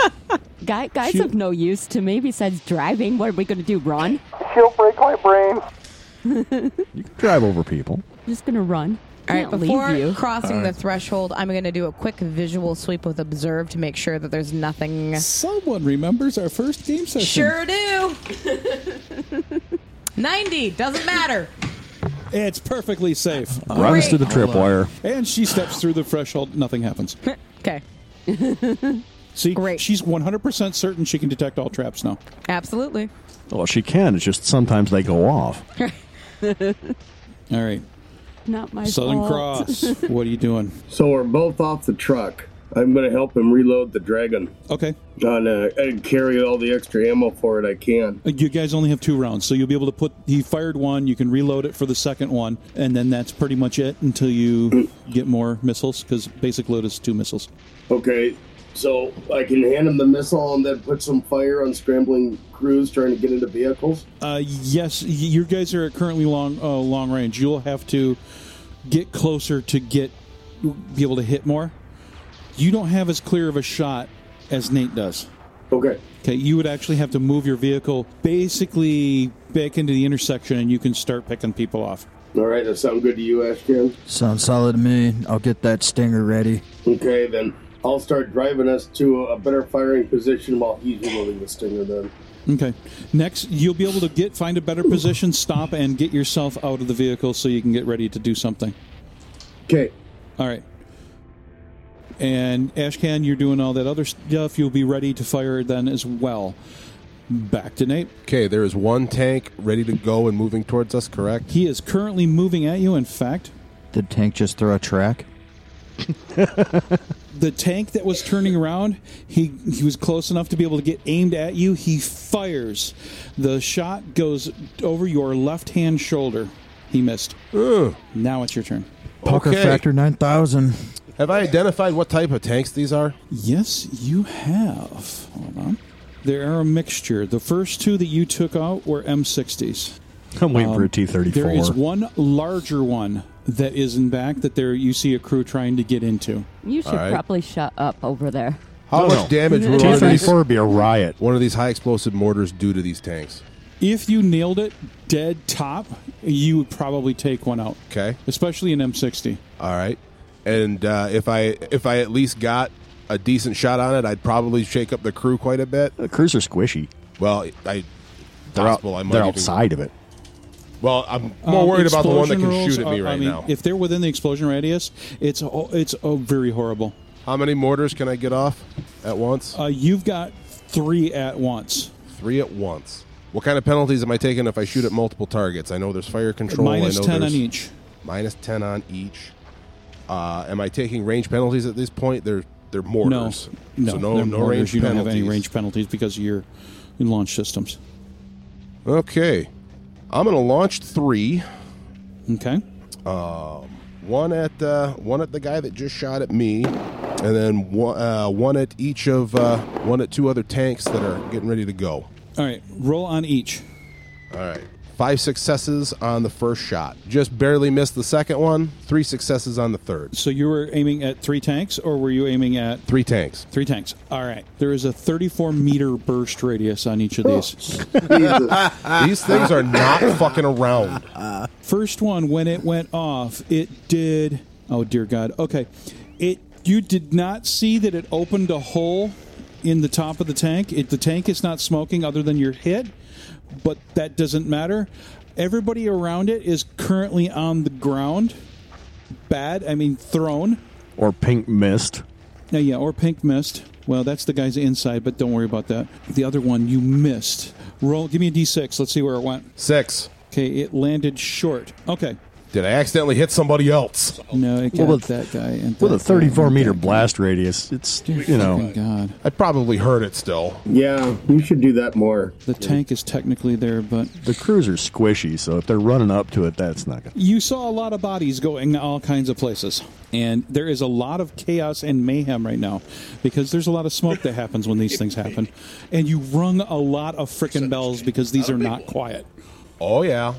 N: Guy Guy's
L: Shoot.
N: of no use to me besides driving. What are we going to do, run?
J: She'll break my brain.
G: Drive over people.
N: I'm just going to run.
D: All right,
N: Can't leave
D: before
N: you.
D: crossing the threshold, I'm going to do a quick visual sweep with observe to make sure that there's nothing.
B: Someone remembers our first game session.
D: Sure do. 90 doesn't matter.
B: It's perfectly safe.
G: Runs to the tripwire.
B: And she steps through the threshold. Nothing happens.
D: Okay.
B: See, she's 100% certain she can detect all traps now.
D: Absolutely.
G: Well, she can. It's just sometimes they go off.
B: All right.
N: Not my
B: Southern
N: fault.
B: Cross, what are you doing?
H: So we're both off the truck. I'm going to help him reload the dragon.
B: Okay.
H: And, uh, and carry all the extra ammo for it I can.
B: Uh, You guys only have two rounds, so you'll be able to put. He fired one, you can reload it for the second one, and then that's pretty much it until you get more missiles, because basic load is two missiles.
H: Okay, so I can hand him the missile and then put some fire on scrambling crews trying to get into vehicles.
B: Uh, yes, y- you guys are currently long uh, long range. You'll have to get closer to get be able to hit more. You don't have as clear of a shot as Nate does.
H: Okay.
B: Okay, you would actually have to move your vehicle basically back into the intersection, and you can start picking people off.
H: All right, that sound good to you, Ashcan?
I: Sounds solid to me. I'll get that stinger ready.
H: Okay, then I'll start driving us to a better firing position while he's reloading the stinger. Then.
B: Okay. Next, you'll be able to get find a better position, stop, and get yourself out of the vehicle so you can get ready to do something.
H: Okay.
B: All right. And Ashcan, you're doing all that other stuff. You'll be ready to fire then as well. Back to Nate.
C: Okay, there is one tank ready to go and moving towards us, correct?
B: He is currently moving at you. In fact,
I: Did Tank just throw a track?
B: the tank that was turning around, he he was close enough to be able to get aimed at you. He fires. The shot goes over your left hand shoulder. He missed. Now it's your turn.
I: Pucker
C: Okay.
I: Factor 9000.
C: Have I identified what type of tanks these are?
B: Yes, you have. Hold on. They are a mixture. The first two that you took out were M60s.
G: I'm waiting for a T-34.
B: Um, There is one larger one that is in back that there you see a crew trying to get into.
N: You should probably shut up over there.
C: How much damage will one of these-
G: T-34 would be a riot.
C: One of these high explosive mortars do to these tanks?
B: If you nailed it dead top, you would probably take one out.
C: Okay.
B: Especially an M60.
C: All right. And uh, if I if I at least got a decent shot on it, I'd probably shake up the crew quite a bit.
G: The crews are squishy.
C: Well, I
G: They're, out,
C: possible I might
G: they're
C: even-
G: outside of it.
C: Well, I'm more worried about the one that
B: Um, explosion
C: can shoot
B: rolls
C: at me
B: are-
C: right
B: I mean,
C: now.
B: If they're within the explosion radius, it's oh, it's oh, very horrible.
C: How many mortars can I get off at once?
B: Uh, you've got three at once.
C: Three at once. What kind of penalties am I taking if I shoot at multiple targets? I know there's fire control. I
B: Minus
C: know
B: 10 on
C: there's-
B: each.
C: Minus ten on each. Uh, am I taking range penalties at this point? They're they're mortars.
B: No,
C: so
B: no,
C: no
B: they're
C: no
B: mortars.
C: range
B: You don't
C: penalties.
B: have any range penalties because of your your launch systems.
C: Okay, I'm gonna launch three.
B: Okay.
C: Um, one at uh, one at the guy that just shot at me, and then one, uh, one at each of uh, one at two other tanks that are getting ready to go.
B: All right, roll on each.
C: All right. Five successes on the first shot. Just barely missed the second one. Three successes on the third.
B: So you were aiming at three tanks, or were you aiming at
C: three tanks?
B: Three tanks. All right. There is a 34 meter burst radius on each of these.
C: These things are not fucking around.
B: First one, when it went off, it did. Oh dear God. Okay, it. You did not see that it opened a hole in the top of the tank. It, the tank is not smoking, other than your hit, but that doesn't matter. Everybody around it is currently on the ground. Bad. I mean, thrown.
G: Or pink mist.
B: Yeah, yeah, or pink mist. Well, that's the guy's inside, but don't worry about that. The other one you missed. Roll. Give me a d6. Let's see where it went.
C: Six.
B: Okay, it landed short. Okay.
C: Did I accidentally hit somebody else?
B: No, it got
G: Well, with-
B: that guy. And
G: With a
B: that guy
G: 34
B: and
G: meter
B: that
G: blast radius, it's, you know.
B: God.
C: I probably heard it still.
H: Yeah, you should do that more.
B: The tank is technically there, but
G: The crews are squishy, so if they're running up to it, that's not going to.
B: You saw a lot of bodies going all kinds of places, and there is a lot of chaos and mayhem right now because there's a lot of smoke that happens when these things happen, and you rung a lot of frickin' bells because these are not quiet.
C: Oh yeah,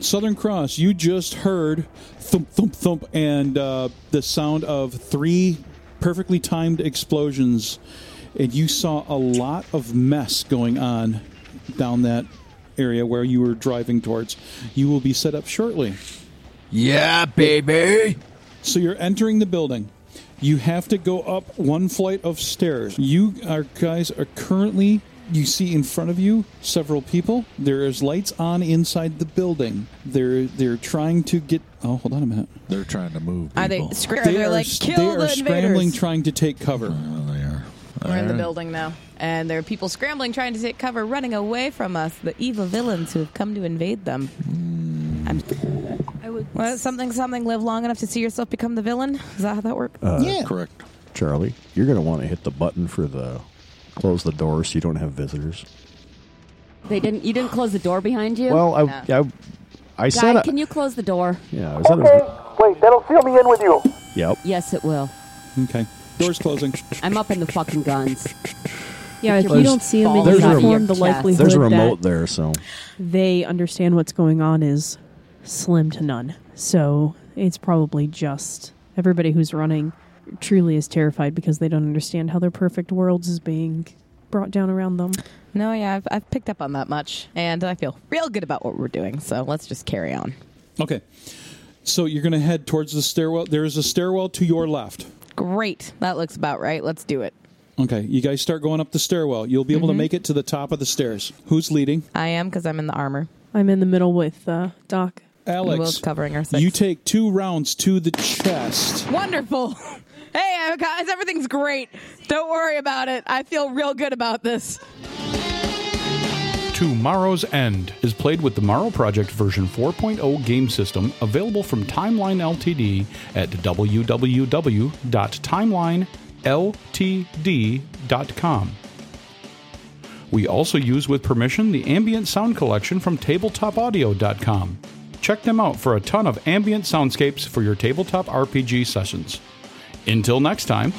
B: Southern Cross, you just heard thump thump thump, and uh, the sound of three perfectly timed explosions, and you saw a lot of mess going on down that area where you were driving towards. You will be set up shortly.
I: Yeah, baby.
B: So you're entering the building. You have to go up one flight of stairs. You are guys are currently you see in front of you several people. There is lights on inside the building. They're they're trying to get Oh, hold on a minute.
K: They're trying to move.
D: Are they
K: people.
D: scared? They're like,
B: s-
D: "Kill
B: they
D: the
B: are
D: invaders."
B: scrambling trying to take cover.
K: Oh,
D: We're in the building now, and there are people scrambling, trying to take cover, running away from us, the evil villains who have come to invade them. I'm, I would. Well, something, something. Live long enough to see yourself become the villain. Is that how that works?
G: Uh, Correct. Charlie, you're going to want to hit the button for the close the door so you don't have visitors.
O: They didn't. You didn't close the door behind you.
G: Well, I, I, I said.
O: Guy,
G: I-
O: can you close the door?
G: yeah, I said it was,
J: Wait, that'll seal me in with you.
G: Yep.
O: Yes, it will.
B: Okay. Door's closing.
O: I'm up in the fucking guns.
L: Yeah, if
O: Your
L: you
O: balls
L: don't see them
O: out
L: in
O: of your
L: uniform, the
O: chest.
L: likelihood
G: There's a
L: that
G: remote there, so.
L: they understand what's going on is slim to none. So it's probably just everybody who's running truly is terrified because they don't understand how their perfect worlds is being brought down around them.
D: No, yeah, I've, I've picked up on that much, and I feel real good about what we're doing. So let's just carry on.
B: Okay. So you're going to head towards the stairwell. There is a stairwell to your left.
D: Great, that looks about right. Let's do it.
B: Okay, you guys start going up the stairwell. You'll be able
D: Mhm.
B: to make it to the top of the stairs. Who's leading?
D: I am because I'm in the armor.
L: I'm in the middle with uh, Doc.
B: Alex.
D: Will's covering our
B: You take two rounds to the chest.
D: Wonderful. Hey, I've got- everything's great. Don't worry about it. I feel real good about this.
P: Tomorrow's End is played with the Morrow Project version 4.0 game system available from Timeline Ltd at www.timelineltd.com. We also use with permission the ambient sound collection from tabletopaudio.com. Check them out for a ton of ambient soundscapes for your tabletop RPG sessions. Until next time,